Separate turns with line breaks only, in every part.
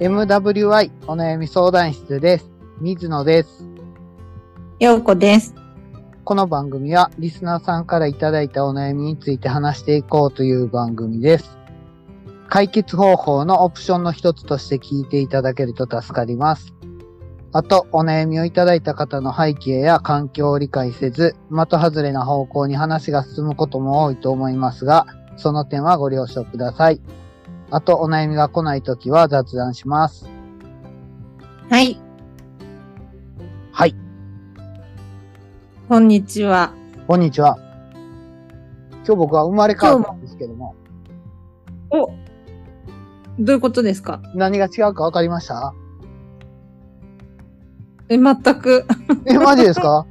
MWI お悩み相談室です。水野です。
ようこです。
この番組はリスナーさんからいただいたお悩みについて話していこうという番組です。解決方法のオプションの一つとして聞いていただけると助かります。あと、お悩みをいただいた方の背景や環境を理解せず、的外れな方向に話が進むことも多いと思いますが、その点はご了承ください。あと、お悩みが来ないときは雑談します。
はい。
はい。
こんにちは。
こんにちは。今日僕は生まれ変わったんですけども、
おどういうことですか
何が違うか分かりました
え、全く。
え、マジですか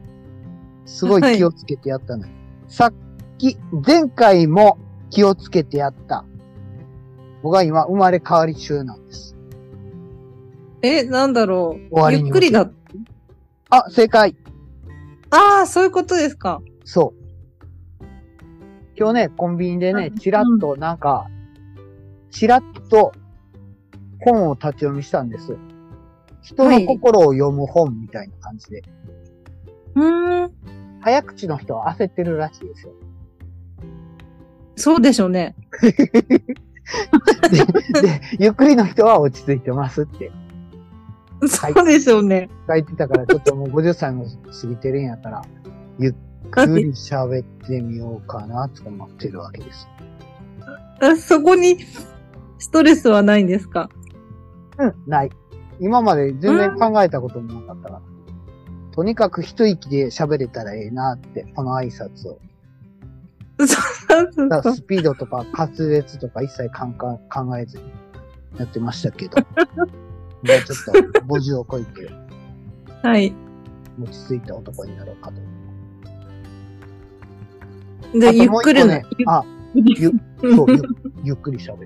すごい気をつけてやったの、にさっき、前回も気をつけてやった。僕は今生まれ変わり中なんです。
え、なんだろ
終わ
う。
りに
ゆっくりだ。
あ、正解。
ああ、そういうことですか。
そう。今日ね、コンビニでね
う、ん
チラッとなんか、チラッと本を立ち読みしたんです。人の心を読む本みたいな感じで。
うーん。
早口の人は焦ってるらしいですよ。
そうでしょうね。
で、でゆっくりの人は落ち着いてますってい
そうでしょうね。
書いてたから、ちょっともう50歳も過ぎてるんやから、ゆっくり喋ってみようかなと思ってるわけです。
あそこにストレスはないんですか
うん、ない。今まで全然考えたこともなかったから。とにかく一息で喋れたらええなって、この挨拶を。
そうそうそう
だか
そ
ら
う。
スピードとか滑舌とか一切かんかん考えずにやってましたけど。も うちょっと50を超えて
はい。
落ち着いた男になろうかと。
で、
あ
ゆっ
ともう一個
くりな
ね。あ、
ゆ
ゆ
っくり
そう、
う
ゆ
ん
ゆっくり喋っ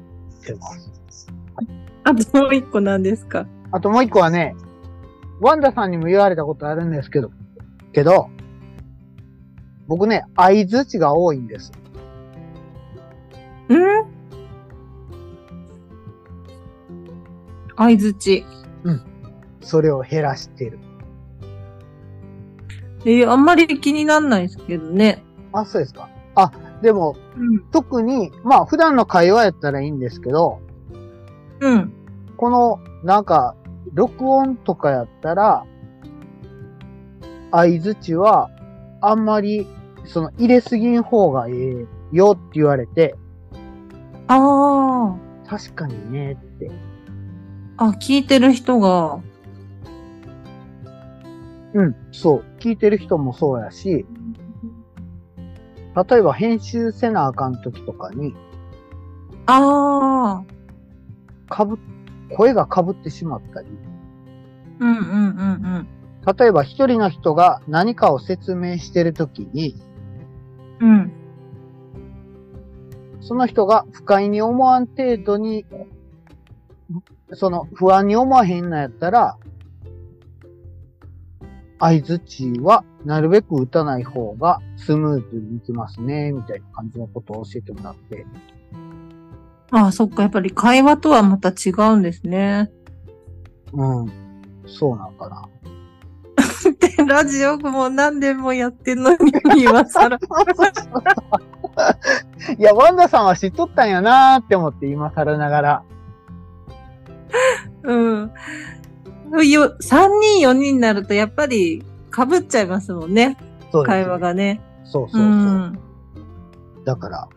てます。
あともう一個なんですか
あともう一個はね、ワンダさんにも言われたことあるんですけど、けど、僕ね、相づちが多いんです。
うん相づち。
それを減らしてる。
えーあんまり気になんないですけどね。
あ、そうですか。あ、でも、
うん。
特に、まあ、普段の会話やったらいいんですけど、
うん。
この、なんか、録音とかやったら、相づちは、あんまり、その、入れすぎん方がええよって言われて、
あ
確かにねって。
あ。あ、聞いてる人が。
うん、そう。聞いてる人もそうやし、例えば編集せなあかん時とかに、
ああ。
かぶ、声が被ってしまったり、
うんうんうん
例えば一人の人が何かを説明してる時に、
うん。うん。
その人が不快に思わん程度に、その不安に思わへんのやったら、相づちはなるべく打たない方がスムーズにいきますね、みたいな感じのことを教えてもらって。
ああ、そっか。やっぱり会話とはまた違うんですね。
うん。そうなんかな。
で、ラジオも何年もやってんのに、今 更。
いや、ワンダさんは知っとったんやなーって思って今更ながら。
うん。よ、三人四人になると、やっぱり被っちゃいますもんね。
そうですね
会話。がね。
そうそう
う
そう。
ん。
だから、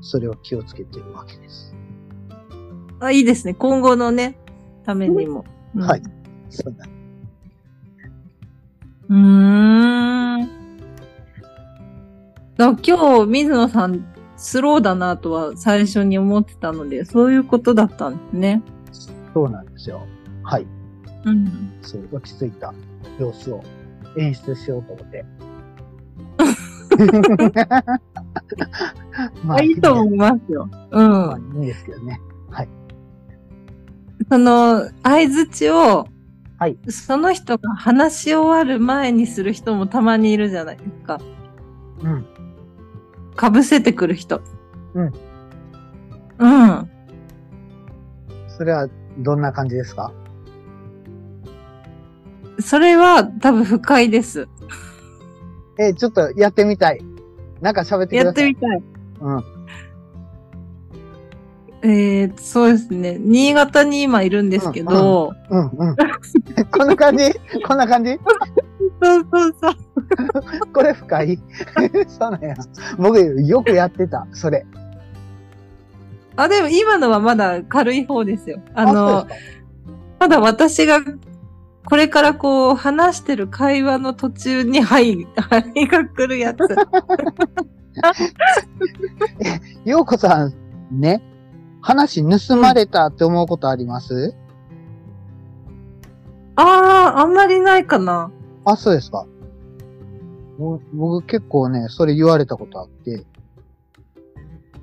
それを気をつけてるわけです。
あ、いいですね。今後のね、ためにも。うん
はい。そうなんです
うーん。だから今日、水野さん、スローだなとは最初に思ってたので、そういうことだったんですね。
そうなんですよ。はい。
うん。
そう、落ち着いた様子を演出しようと思 って。ま
あ、いいと
う。
思いますよ。う
まあ、
ん。
いいですけどね。
その、相づちを、
はい
その人が話し終わる前にする人もたまにいるじゃないですか。
うん。
かぶせてくる人。
うん。
うん。
それは、どんな感じですか
それは多分不快です。
えーちょっとやってみたい。なんか喋ってく
や
だ
っ
さい。
てみたい。
うん。
えー、そうですね。新潟に今いるんですけど、
うん、 うん。こんな感じこんな感じ
そうそうそう。
これ深い そうなんや。僕よくやってた、それ。
あ、でも今のはまだ軽い方ですよ。あ
そう
の、
です
まだ私がこれからこう話してる会話の途中に、はい、はいが来るやつ。
かようこさん、ね、話盗まれたって思うことあります、
あー、あんまりないかな。
あ、そうですか。ぼ僕結構ね、それ言われたことあって。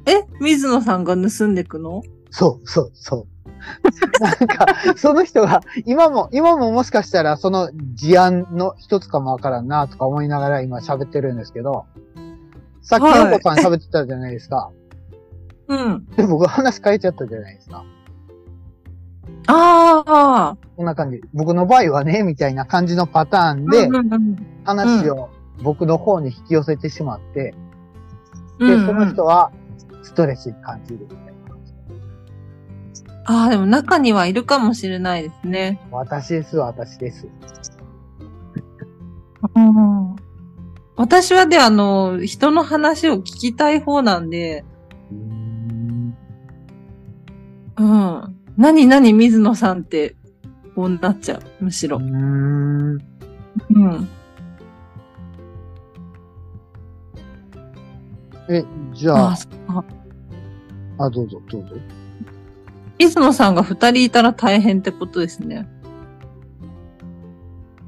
え水野さんが盗んでくの
そう、そう、そう。 なんか、その人が、今も、今ももしかしたらその事案の一つかもわからんなとか思いながら今喋ってるんですけど、さっきようこさん喋ってたじゃないですか。
うん。
で、僕話変えちゃったじゃないですか。
ああ。
こんな感じ。僕の場合はね、みたいな感じのパターンで
う、んうん
話を僕の方に引き寄せてしまって、
うん、
で、
うんうん
その人はストレスに感じるみたいな感じ。
ああ、でも中にはいるかもしれないですね。
私です、私です。
うん、私はで、あの、人の話を聞きたい方なんで、うん。何何水野さんって、こうなっちゃう、むし
うー
ろ。
ん。
うん。
え、じゃ
あ
あ
あ、、そうか
あ、どうぞ、どうぞ。
水野さんが二人いたら大変ってことですね。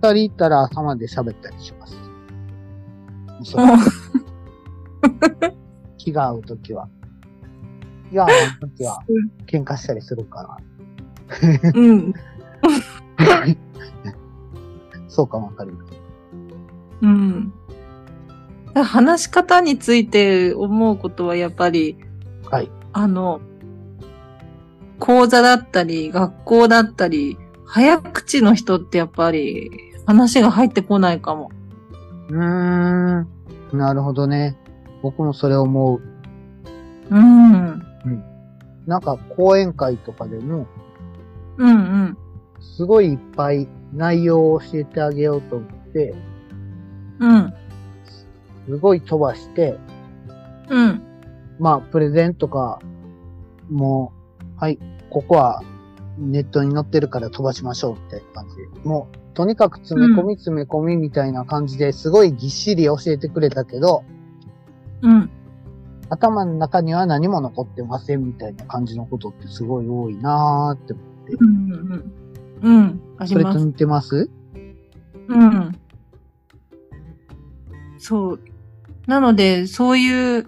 二人いたら頭で喋ったりします。そううん気が合うときは。気が合 うときは喧嘩したりするか
うん。
ら。 そうかもわかります。
うん。だから話し方について思うことはやっぱり、
はい。
あの、講座だったり、学校だったり、早口の人ってやっぱり話が入ってこないかも。
うーん。なるほどね。僕もそれ思う。
うん。うん
なんか講演会とかでも、
うん。
すごいいっぱい内容を教えてあげようと思って、
うん。
すごい飛ばして、
うん。
まあ、プレゼンとか、もう、はい、ここはネットに載ってるから飛ばしましょうみたいな感じ。もう、とにかく詰め込み詰め込みみたいな感じですごいぎっしり教えてくれたけど、
うん。
頭の中には何も残ってませんみたいな感じのことってすごい多いなーって。
うん。うん。あり
それ
ま
と
す。
似てます
うん。そう。なので、そういう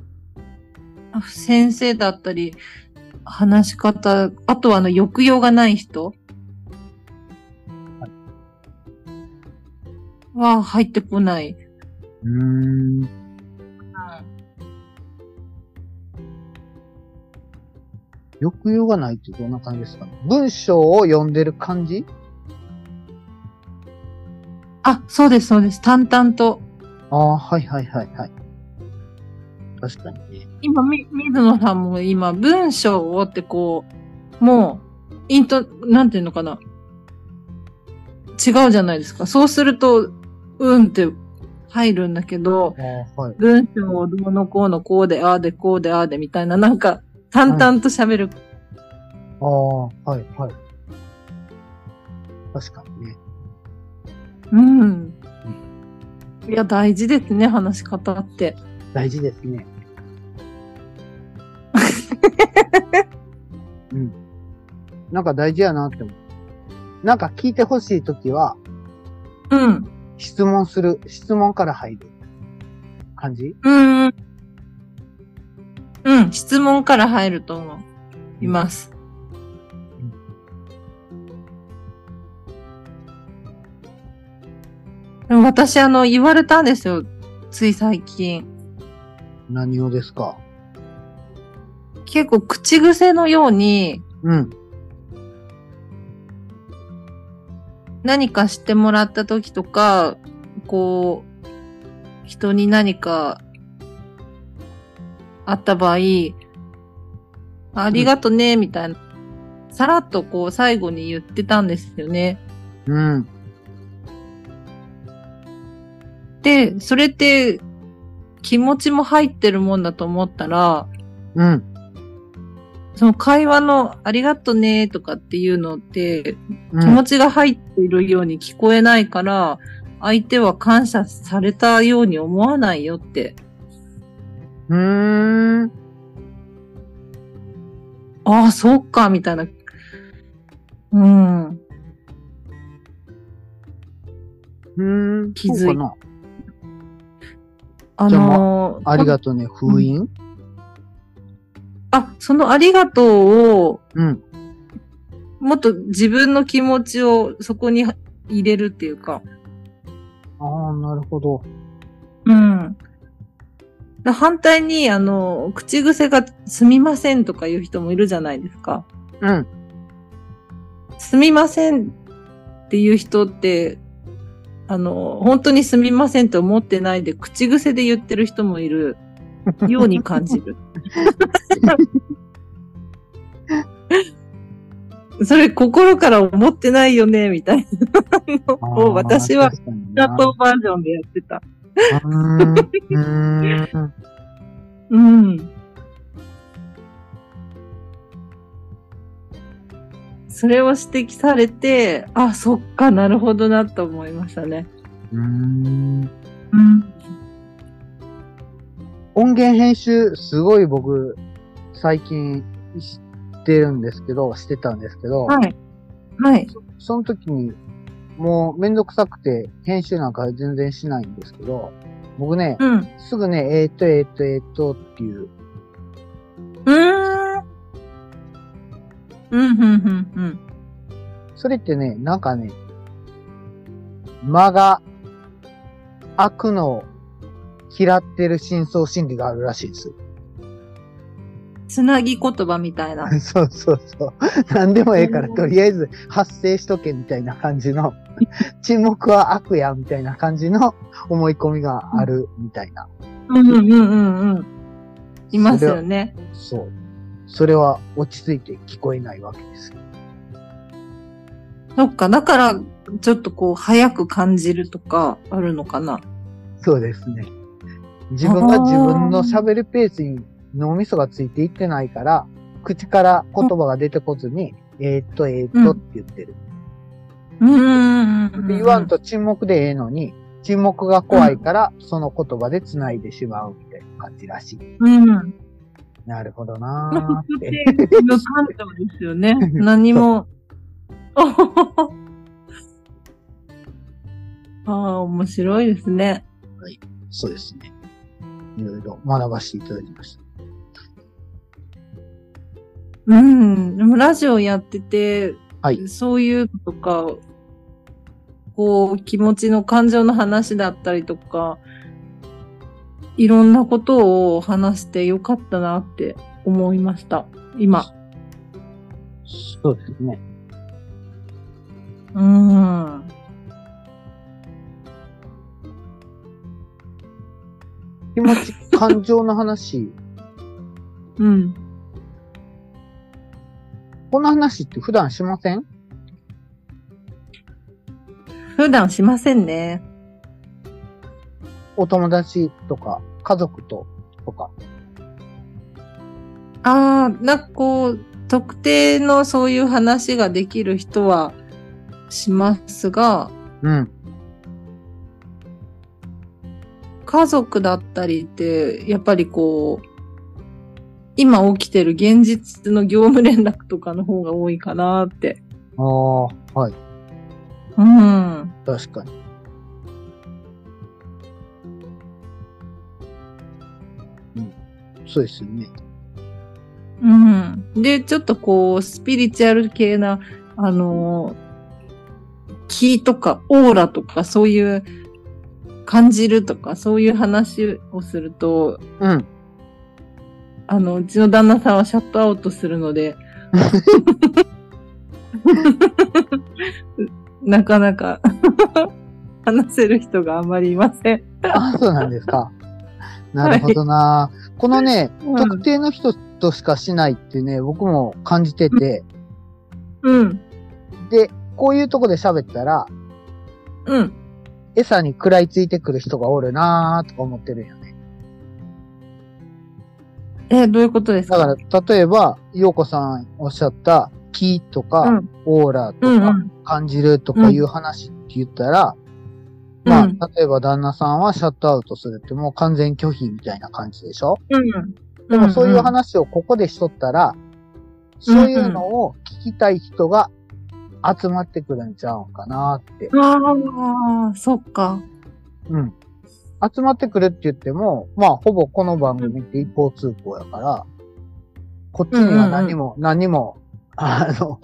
あ先生だったり、話し方、あとはあの、抑揚がない人は入ってこない。
うーん。抑揚がないってどんな感じですかね文章を読んでる感じ
あ、そうです、そうです。淡々と。
ああ、はいはいはいはい。確かにね。
今、み、水野さんも今、文章をってこう、もう、イント、なんていうのかな。違うじゃないですか。そうすると、うんって入るんだけど、
ああ、はい。
文章をどうのこうのこうで、ああでこうでああでみたいな、なんか、淡々と喋る。
ああ、はいはい。確かにね。
うん。いや、大事ですね、話し方って。
大事です ね。うん。なんか大事やなって思う。なんか聞いてほしいときは、
うん。
質問する、質問から入る感じ
うん。うん、質問から入ると思う。います。でも私、あの、言われたんですよ。つい最近。
何をですか
結構、口癖のように、
うん。
何かしてもらった時とか、こう、人に何かあった場合、ありがとね、みたいな、さらっとこう最後に言ってたんですよね。
うん。
で、それって気持ちも入ってるもんだと思ったら、
うん。
その会話のありがとねとかっていうのって、
う
気
ん
持ちが入っているように聞こえないから、相手は感謝されたように思わないよって。
うーん。
ああ、そうか、みたいな。うん。
うーん。
気づい
そうかな
あ
じゃあ
のー
ありがとうね、封印。
あ、そのありがとうを、
うん。
もっと自分の気持ちをそこに入れるっていうか。
ああ、なるほど。
うん。だ反対に、あの、口癖がすみませんとか言う人もいるじゃないですか。
うん。
すみませんっていう人って、あの、本当にすみませんと思ってないで、口癖で言ってる人もいるように感じ る。それ心から思ってないよね、みたいな
あー
のを私は、
確かに
チャ
な
ットバージョンでやってた。
うーん。うーん。
うん。それを指摘されて、あ、そっか、なるほどなと思いましたね。
うーん
うん。
音源編集、すごい僕、最近してるんですけど、してたんですけど、
はい。はい。
その時に、もうめんどくさくて、編集なんか全然しないんですけど、僕ね、
うん。う
すぐね、えーっと、えーっと、えーっとっていう、
ーん。うん、うん、うん、うん。
それってね、なんかね、間が、悪のを嫌ってる真相心理があるらしいです。
つなぎ言葉みたいな。
そうそうそう。何でもええから、とりあえず発生しとけみたいな感じの、沈黙は悪やみたいな感じの思い込みがあるみたいな。
うん、うん、うん、うん。いますよね。
そう。それは落ち着いて聞こえないわけです。
そっか、だから、ちょっとこう、早く感じるとか、あるのかな。
そうですね。自分が自分の喋るペースに脳みそがついていってないから、口から言葉が出てこずに、えーっと、えーっとって言ってる。
うーん。うんうん
で言わんと沈黙でええのに、沈黙が怖いから、その言葉で繋いでしまうみたいな感じらしい。
うん。
なるほどなーっ
って
て。
無感情です よね。何も。ああ、面白いですね。
そうですね。いろいろ学ばせていただきました。
うん。でもラジオやってて、
はい
そういうのとか、こう、気持ちの感情の話だったりとか、いろんなことを話してよかったなって思いました。 今。
そうですね。
うん。
気持ち、感情の話、
うん。
この話って普段しません
普段しませんね。
お友達とか、家族と、とか。
ああ、なんかこう、特定のそういう話ができる人はしますが、
うん。
家族だったりって、やっぱりこう、今起きてる現実の業務連絡とかの方が多いかなって。
ああ、はい。
うん。
確かに。うん。そうですよね。
うん。で、ちょっとこう、スピリチュアル系な、あのー気とかオーラとかそういう感じるとかそういう話をすると、
うん。
あの、うちの旦那さんはシャットアウトするので、 なかなか 話せる人があまりいません。
あ、そうなんです か。なるほどな。このね、
うん
特定の人としかしないってね、僕も感じてて、
うん。
で、こういうとこで喋ったら、
うん。
餌に食らいついてくる人がおるなーとか思ってるんよね。
え、どういうことです
だ
か
から、例えば、ようこさんおっしゃった、気とか、
うん
オーラと
うんう
か、
ん。
感じるとかいう話って言ったら、ま
うん
あ、例えば旦那さんはシャットアウトするってもう完全拒否みたいな感じでしょ
うん。
でもそういうん
ん
話をここでしとったら、そういうのを聞きたい人が集まってくるんちゃうんかなって。
ああ、そっか。
うん。集まってくるって言っても、まあほぼこの番組って一方通行やから、こっちには何も、何も、あの、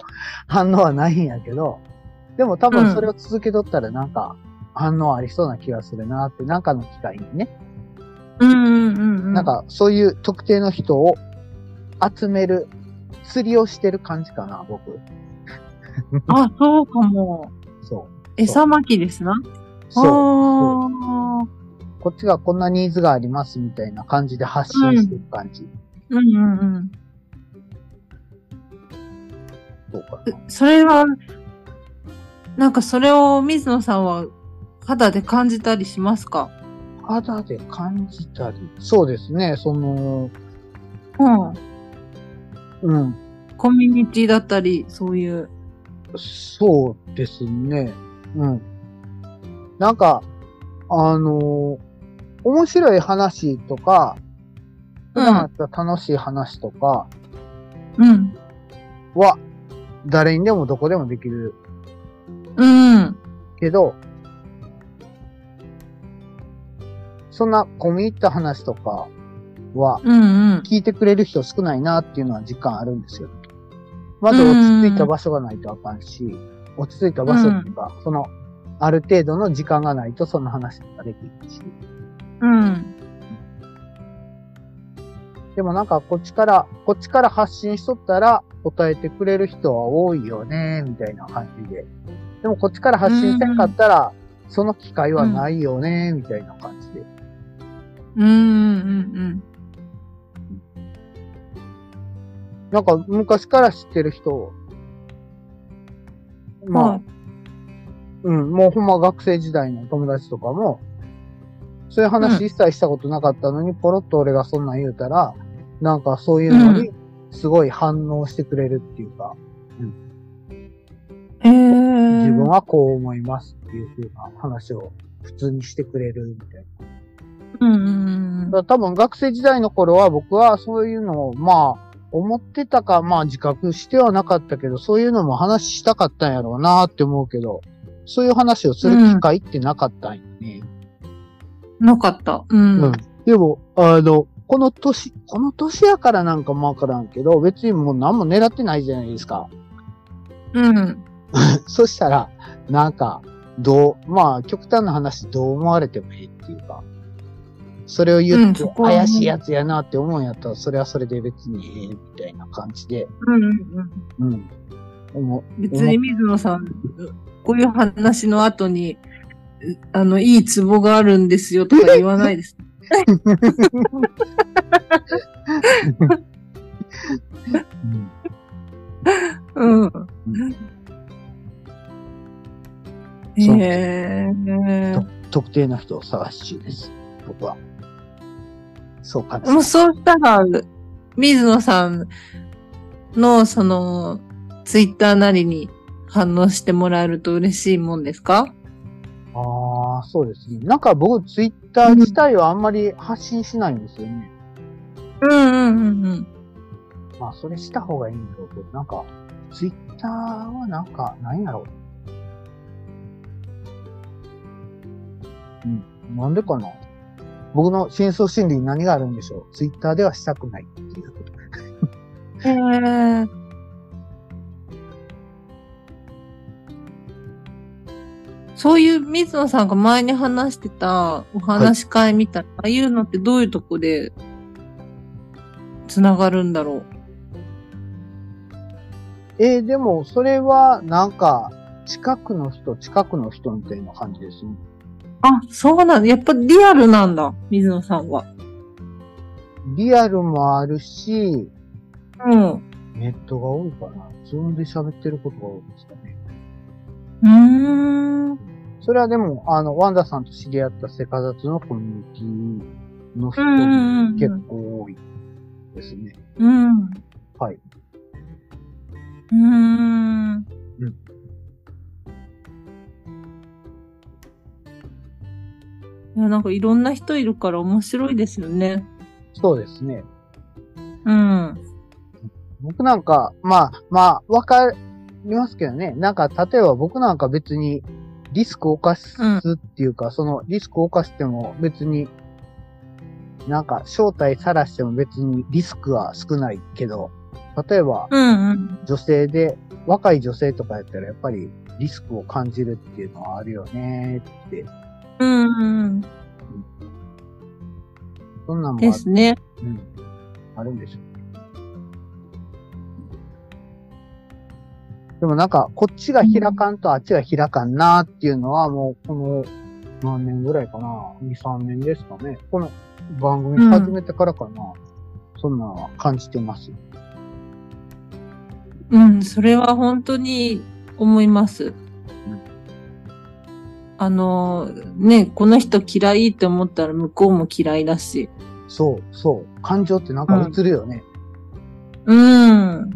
反応はないんやけど、でも多分それを続けとったらなんか反応ありそうな気がするなって、なんかの機会にね、
うんうんうんうん。
なん、かそういう特定の人を集める釣りをしてる感じかな、僕。
あ、そうかも。
そう。
餌巻きですな。
そう。
ああ。
こっちがこんなニーズがありますみたいな感じで発信してる感じ。
うんうんうん。
そうかな。
えそれは、なんかそれを水野さんは肌で感じたりしますか
肌で感じたり。そうですね、その、
うん。
うん。
コミュニティだったり、そういう。
そうですね。うん。なんか、あの面白い話とか、普段あった楽しい話とか
うん。
は、誰にでもどこでもできる
うん。
けど、そんな込み入った話とかは、
うんうん。
聞いてくれる人少ないなっていうのは実感あるんですよ。まず落ち着いた場所がないとあかんし、落ち着いた場所っていうか、その、ある程度の時間がないとその話ができるし。
うん。
でもなんかこっちから、こっちから発信しとったら答えてくれる人は多いよね、みたいな感じで。でもこっちから発信せんかったら、その機会はないよね、みたいな感じで。
うんうん
なんか昔から知ってる人、
うん。
まあ、うん、もうほんま学生時代の友達とかも、そういう話一切したことなかったのに、ポロッと俺がそんなん言うたら、なんかそういうのに、すごい反応してくれるっていうか、
あ、へえ。
自
自
分はこう思いますっていうふうな話を普通にしてくれるみたい
うんうんうん
な。だから多分学生時代の頃は僕はそういうのを、まあ、思ってたか、まあ自覚してはなかったけど、そういうのも話したかったんやろうなって思うけど、そういう話をする機会ってなかったんよね。
なかった。うん。
うんでも、あの、この年、この年やからなんかもわからんけど、別にもう何も狙ってないじゃないですか。
うん。
そしたら、なんか、どう、まあ、極端な話、どう思われてもいいっていうか、それを
う
言っ
ん
て、
そこはね
怪しいやつやなって思うんやったら、それはそれで別にええ、みたいな感じで、
うんうんうん。
うん。思
別に水野さん、こういう話の後に、うあの、いいツボがあるんですよとか言わないです。
うん
うん。
そう
へえ。
特定の人を探し中です。僕は。そうか
もうそうしたら、水野さんの、その、ツイッターなりに反応してもらえると嬉しいもんですか
ああ、そうですね。なんか僕、ツイッター自体はあんまり発信しないんですよね。
うんうんうんうん。
まあ、それした方がいいんだろうけど、なんか、ツイッターはなんか、なんやろう。うん、なんでかな。僕の真相心理に何があるんでしょう。ツイッターではしたくないっていう。
へえ。そういう水野さんが前に話してたお話し会みたいな、ああいうのってどういうとこでつながるんだろ
えーでも、それは、なんか、近くの人、近くの人みたいな感じですね。
あ、そうなんだ。やっぱリアルなんだ。水野さんは。
リアルもあるし、
うん。
ネットが多いかな。ズームで喋ってることが多いですかね。
うーん。
それはでも、あの、ワンダさんと知り合ったセカザツのコミュニティの人
うんうんうん
結構多いですね。
うん。
はい。
うーん。うん。いや、なんかいろんな人いるから面白いですよね。
そうですね。
うん。
僕なんか、まあ、まあ、わかりますけどね。なんか、例えば僕なんか別にリスクを犯すっていうか、そのリスクを犯しても別に、なんか、正体さらしても別にリスクは少ないけど、例えば
うんうん。
女性で、若い女性とかやったらやっぱりリスクを感じるっていうのはあるよね。
うんうん。
そんなんもある
ですね。
うん。あるんでしょでもなんか、こっちが開かんとあっちが開かんなーっていうのはもう、この何年ぐらいかな ?2、3年ですかね。この番組始めてからかな。そんなのは感じてます。
うん、それは本当に思います。あの、ね、この人嫌いって思ったら向こうも嫌いだし。
そう、そう。感情ってなんか映るよね。
うん。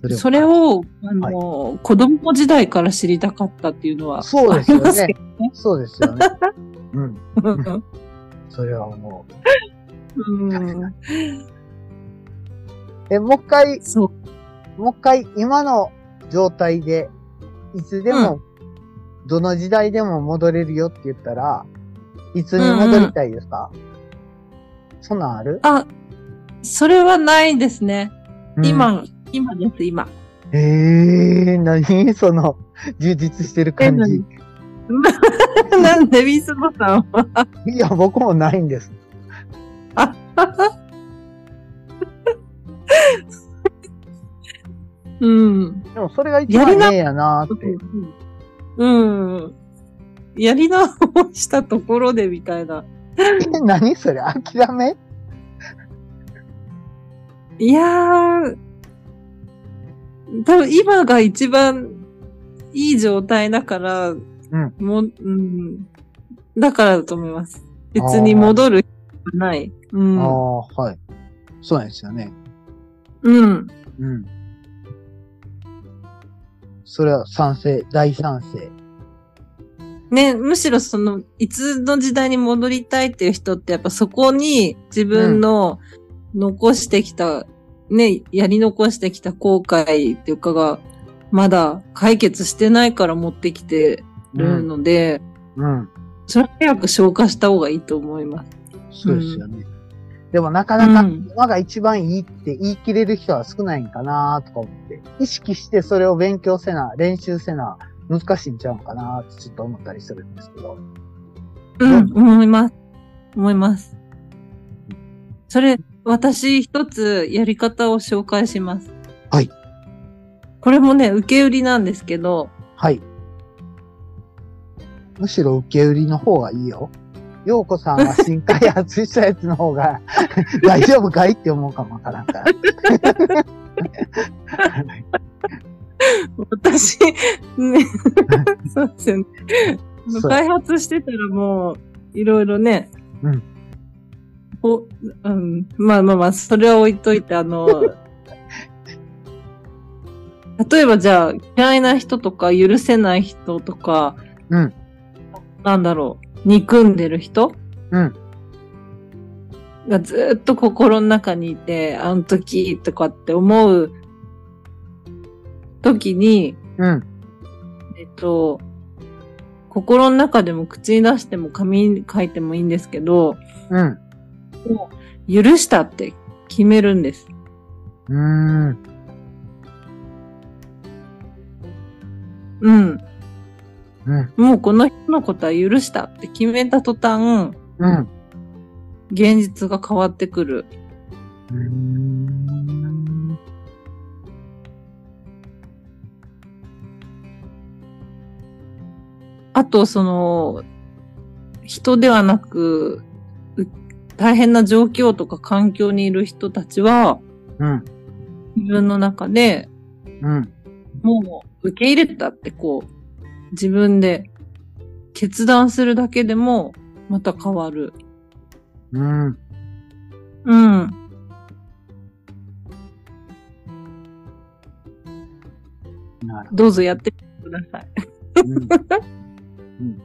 そ
それ。を、あの、子供時代から知りたかったっていうのは。
そうですよ
あります
ね
け。
そうですよね。うん。
うん
それは思う。
うん。
え、もう一回、
そう。
もう一回今の状態で、いつでも、どの時代でも戻れるよって言ったら、いつに戻りたいですか、そんなんある
あ、それはないですね。。今、今です、今。
うんえー、何その、充実してる感じ。
なんで、水野さんは。
いや、僕もないんです。
うん。
でもそれが一番ねえやなーって。
うん。やり直したところでみたいな。
え、何それ諦め
いやー、多分今が一番いい状態だから、
ん
もう、うん、だからだと思います。別に戻る必要はない。う
あ
ん。
あ、はい。そうなんですよね。
うん。
うん。それは賛成、大賛成。
ね、むしろその、いつの時代に戻りたいっていう人って、やっぱそこに自分の残してきた、ね、やり残してきた後悔っていうかが、まだ解決してないから持ってきてるので、
うん。
それは早く消化した方がいいと思います。
そうですよね。でもなかな
う
か
ん
今が一番いいって言い切れる人は少ないんかなとか思って、意識してそれを勉強せな、練習せな、難しいんちゃうんかなってちょっと思ったりするんですけど。
うん、
うん
思います。思います。それ、私一つやり方を紹介します。
はい。
これもね、受け売りなんですけど、
はい。むしろ受け売りの方がいいよ。ようこさんは新開発したやつの方 が大丈夫かいって思うかもわからん から。
私、ね、 そうですよね。
そう
開発してたらもう、いろいろね、
うん
お、うん、まあまあまあ、それは置いといて、あの、例えばじゃあ、嫌いな人とか、許せない人とか、
うん
なんだろう、憎んでる人
うん
がずーっと心の中にいて、あの時とかって思う時に、
うん。
えっと、心の中でも口に出しても紙に書いてもいいんですけど、
うん。
許したって決めるんです。
うーん。
うん。
うん。
もうこの人のことは許したって決めた途端、
うん。
現実が変わってくる。
うーん
あと、その、人ではなく、う大変な状況とか環境にいる人たちは、
うん。
自分の中で
うん。
もう受け入れたってこう、自分で決断するだけでも、また変わる。
うん。
うん。
なる
どうぞやってみてください。
ほど。うん。うん、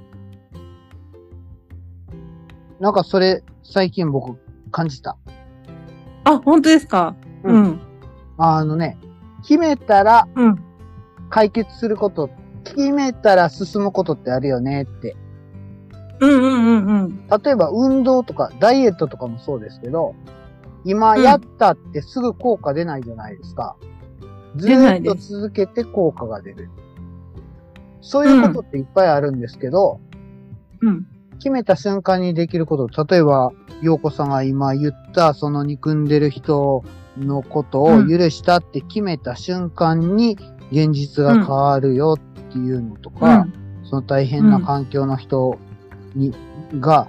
なんかそれ、最近僕感じた。
あ、本当ですか
う
うん。
あのね、決めたら
うん。
解決すること、決めたら進むことってあるよねって。
うんうんうんうん。
例えば運動とかダイエットとかもそうですけど、今
うん
やったってすぐ効果出ないじゃないですか。ず
出ない
ーっ
で
と
す
続けて効果が出る。そういうことっていっぱいあるんですけど、
うん。
決めた瞬間にできること、例えば、洋子さんが今言った、その憎んでる人のことを
うん
許したって決めた瞬間に、現実が変わるよっていうのと
う
か、
ん。
その大変な環境の人に、が、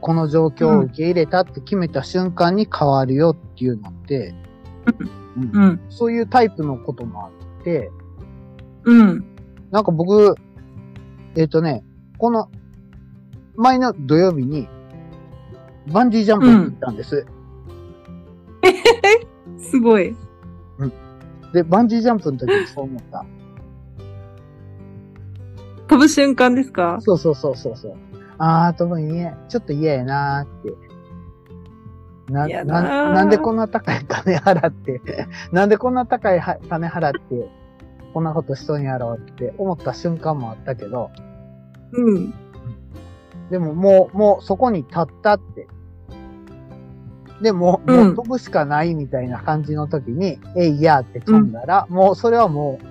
この状況を受け入れたって決めた瞬間に変わるよっていうのって、うん
うん。
そういうタイプのこともあって、
うん。
なんか僕、えっ、とね、この、前の土曜日に、バンジージャンプに行ったんです。
すごい。
で、バンジージャンプの時にそう思 った。
飛ぶ瞬間ですか
そうそうそうそうそう。あー、とも言え、ちょっと嫌やなーって。な、
嫌だー
な、なんでこんな高い金 払って、なんでこんな高いは金払って、こんなことしとんやろうって思った瞬間もあったけど、
うん。
でももう、もうそこに立ったって。でも、もううん飛ぶしかないみたいな感じの時に、えいやーって飛んだら、もうそれはもう、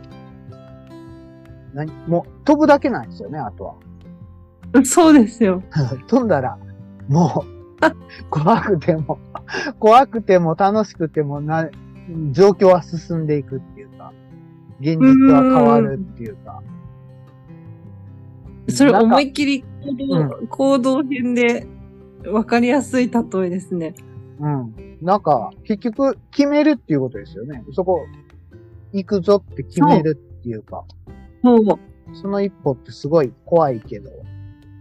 何もう飛ぶだけなんですよね、あとは。
そうですよ。
飛んだら、もう、 怖くても、怖くても楽しくてもな、状況は進んでいくっていうか、現実は変わるっていうか。
それ
なんか
思いっきり行動,、行動編で分かりやすい例えですね。
うん。なんか、結局、決めるっていうことですよね。そこ、行くぞって決めるっていうか、
そう。
その一歩ってすごい怖いけど、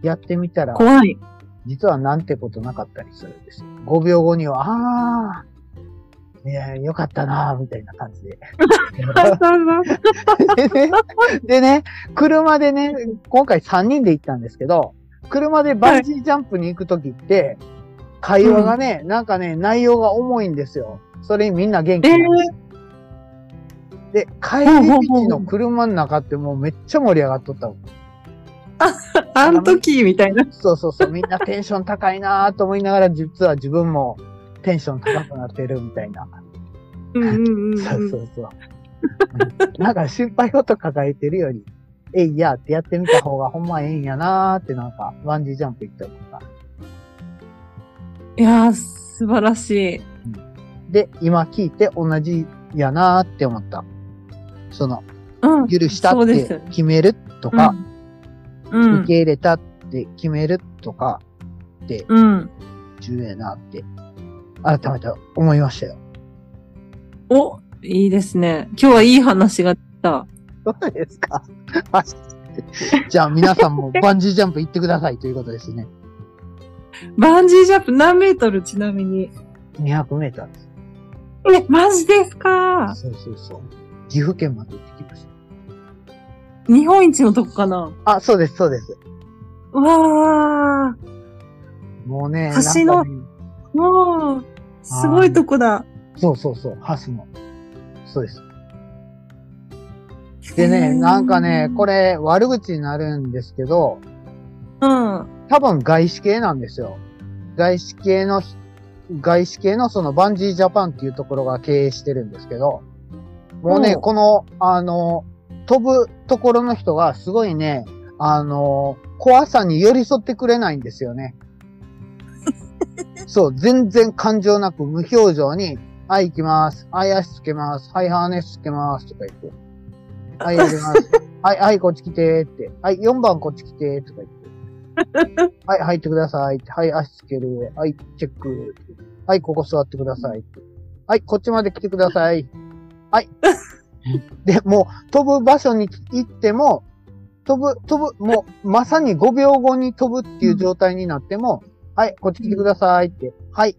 やってみたら、
怖 い。
実はなんてことなかったりするんですよ。5秒後には、あー、いや、よかったなー、みたいな感じで。でね、 でね車でね、今回3人で行ったんですけど、車でバンジージャンプに行くときって、会話がね、なんかね、内容が重いんですよ。それにみんな元気
え
な
ー
んです、で、帰り道の車の中ってもうめっちゃ盛り上がっとったの。
あの時みたいな。
そうそうそう、みんなテンション高いなーと思いながら、実は自分もテンション高くなってるみたいな。
うんうんうん。
そううんそうそう。 なんか心配事抱えてるより、えいやってやってみた方がほんまええんやなーってなんか、バンジージャンプ行ったりとか。
いやー、素晴らしい。
で、今聞いて同じやなーって思った。その、
うん。
許した
そう
っ
です
て決めるとか、
う
受
ん。
け入れたって決めるとか、
うん。
重要やなって、改めて思いましたよ。
お、いいですね。今日はいい話が出た。
どうですか じゃあ皆さんもバンジージャンプ行ってくださいということです ね。
バンジージャンプ何メートルちなみに。
200メーターです。
え、マジですか
そうそうそう。岐阜県まで行ってきました。
日本一のとこかな
あ、そうです、そうです。
わー。
もうね、
橋の
なんかね
もう、すごいとこだ。
そうそうそう、橋の。そうです。でね、なんかね、こ
れ。
れ悪口になるんですけど、
うん。
多分外資系なんですよ。外資系の、外資系のそのバンジージャパンっていうところが経営してるんですけど、もうね、
うん
この、あの、飛ぶところの人がすごいね、あの、怖さに寄り添ってくれないんですよ ね。そう、全然感情なく無表情に、はい、行きます。はい、足つけます。はい、ハーネスつけます。とか言って。はい、やります。はい、はい、こっち来てーって。はい、4番こっち来てーとか言って。はい、入ってくださいって。はい、足つける。はい、チェック。はい、ここ座ってください。はい、こっちまで来てください。はい。で、もう、飛ぶ場所に行っても、飛ぶ、飛ぶ、もう、まさに5秒後に飛ぶっていう状態になっても、はい、こっち来てくださいって。はい。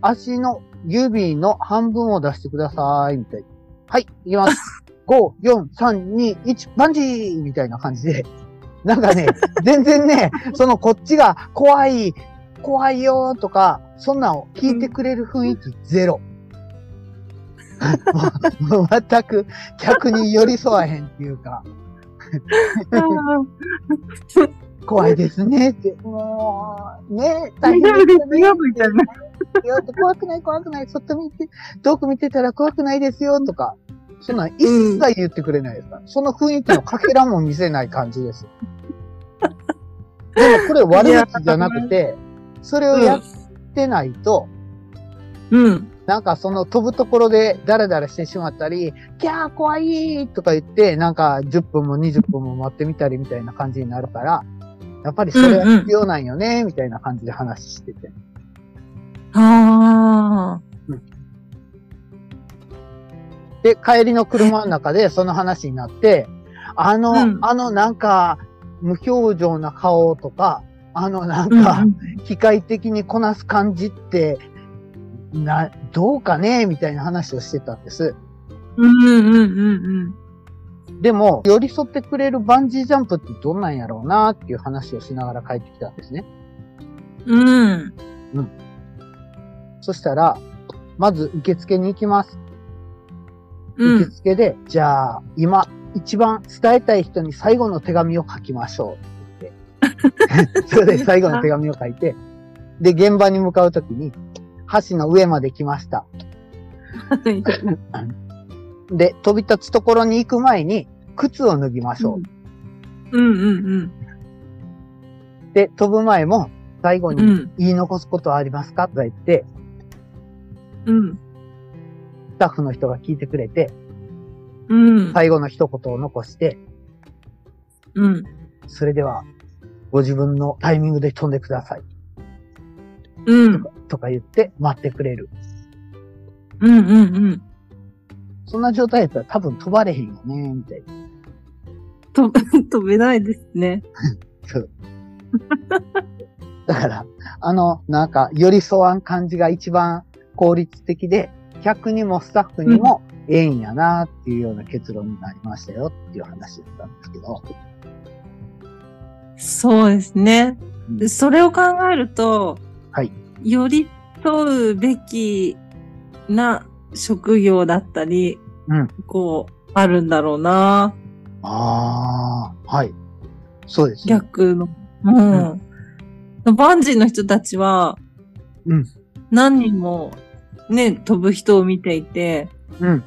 足の指の半分を出してください、みたいな。はい、行きます。5、4、3、2、1、バンジーみたいな感じで。なん かね、全然ね、そのこっちが怖い、怖いよーとか、そんなんを聞いてくれる雰囲気ゼ ロ。もうもう全く客に寄り添わへんっていうか、怖いですねって、もう、ね、大変ですね。
みたいな。
よ怖くない怖くない、そっと見て、遠く見てたら怖くないですよとか、そんなん一切言ってくれないですから、その雰囲気のかけらも見せない感じです。でもこれ悪口じゃなくて、それをやってないと、
うん。
なんかその飛ぶところでダラダラしてしまったり、キャー怖いとか言って、なんか10分も20分も待ってみたりみたいな感じになるから、やっぱりそれは必要なんよね、みたいな感じで話してて。
ああ。
で、帰りの車の中でその話になって、あの、
うん
あのなんか、無表情な顔とか、あのなん
うん
か、機械的にこなす感じって、な、どうかねみたいな話をしてたんです。
うんうんうんうん。
でも、寄り添ってくれるバンジージャンプってどんなんやろうなっていう話をしながら帰ってきたんですね。
うん。
そしたら、まず受付に行きます。
う
受
ん。
付で、じゃあ、今、一番伝えたい人に最後の手紙を書きましょうって 言って。それで最後の手紙を書いて、で、現場に向かうときに、橋の上まで来ました。で、飛び立つところに行く前に、靴を脱ぎましょう。
うんうん
で、飛ぶ前も、最後
うん。う
に
ん。
言い残すことはありますかとか言って、
うん。
スタッフの人が聞いてくれて、
うん。
最後の一言を残して、
うん。
それでは、ご自分のタイミングで飛んでください。
うん。
とか言って待ってくれる。
うんうんうん。
そんな状態だったら多分飛ばれへんよね、みたいな。
と、飛べないですね。
そうだから、あの、なんか、寄り添わん感じが一番効率的で、客にもスタッフにもええんやなっていうような結論になりましたよっていう話だったんですけど。
そうですね。
うん
それを考えると、
はい。
寄り添うべきな職業だったり、
うん
こう、あるんだろうな。
ああ、はい。そうですね。
逆の。うん。バンジーの人たちは、
うん
何人も、ね、飛ぶ人を見ていて、
うん。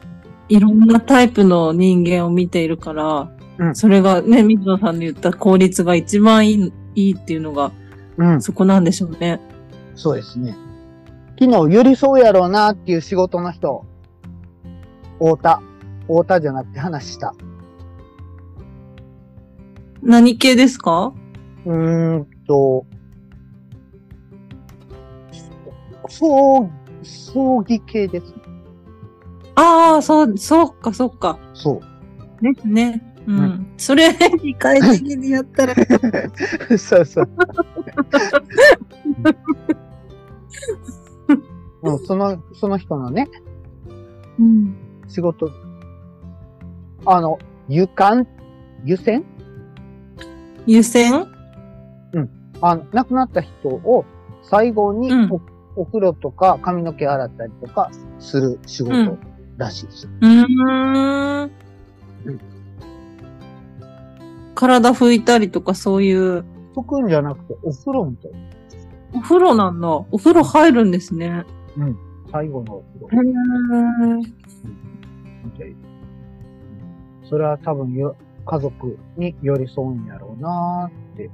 いろんなタイプの人間を見ているから、
うん
それがね、水野さんの言った効率が一番いいいいっていうのが、
うん。
そこなんでしょうね。
そうですね。昨日、寄り添うやろうなっていう仕事の人、太田。太田じゃなくて話した。
何系ですか
うーんと、葬、葬儀系です。
ああ、そう、そうか、そうか。
そ
ですね。うん。
う
それ、理解的にやった ら、
う。 そうそう。うん、その、その人のね、
うん。
仕事、あの、湯管、湯煎
湯煎
あの、亡くなった人を最後に
うん
お,、風呂とか髪の毛洗ったりとかする仕
う
事
ん
らしいです。
うーん
うん。
体拭いたりとかそういう、
拭くんじゃなくてお風呂みたいな。
お風呂なんだ。お風呂入るんですね。
最後のお風呂
へー
みたいな。それは多分よ、家族に寄り添うんやろうなーって。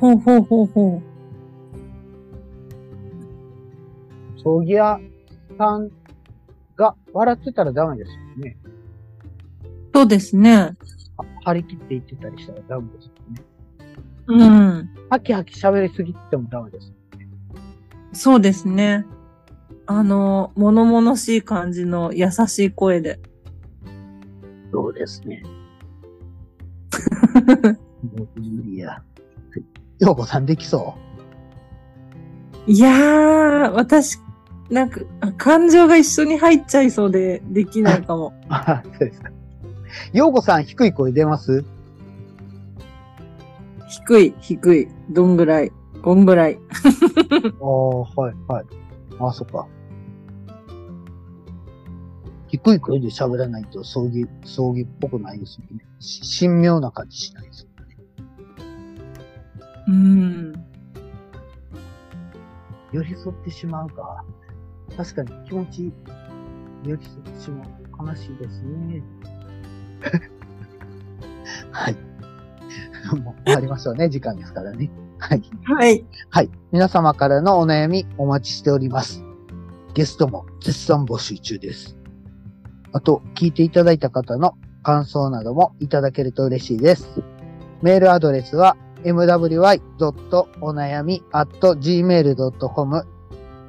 ほうほうほうほ
葬儀屋さんが笑ってたらダメですよね。
う。そうですね。
張り切って言ってたりしたらダメですよね。
うん。
ハキハキ喋りすぎてもダメです。
そうですね。あの、物々しい感じの優しい声 で。
そうですね。もう無理や。ようこさんできそ
いやー、私、なんか、あ感情が一緒に入っちゃいそうで、できないかも
う。。あそうですか。ようこさん低い声出ます
低い、低い、どんぐらい、こんぐらい。
ああ、はい、はい。あ、そっか。低い声で喋らないと、葬儀、葬儀っぽくないですよね。し神妙な感じしないですよね。
うん。
寄り添ってしまうか。確かに気持ち、寄り添ってしまう。悲しいですね。はい。 もう終わりましょうね。時間ですからね。はい。
はい。
はい。皆様からのお悩みお待ちしております。ゲストも絶賛募集中です。あと、聞いていただいた方の感想などもいただけると嬉しいです。メールアドレスは mwy.onayami.gmail.com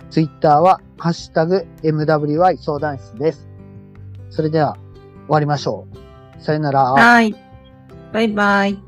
ツイッターはハッシュタグ mwy 相談室です。それでは終わりましょう。さよなら。
はい。バイバイ。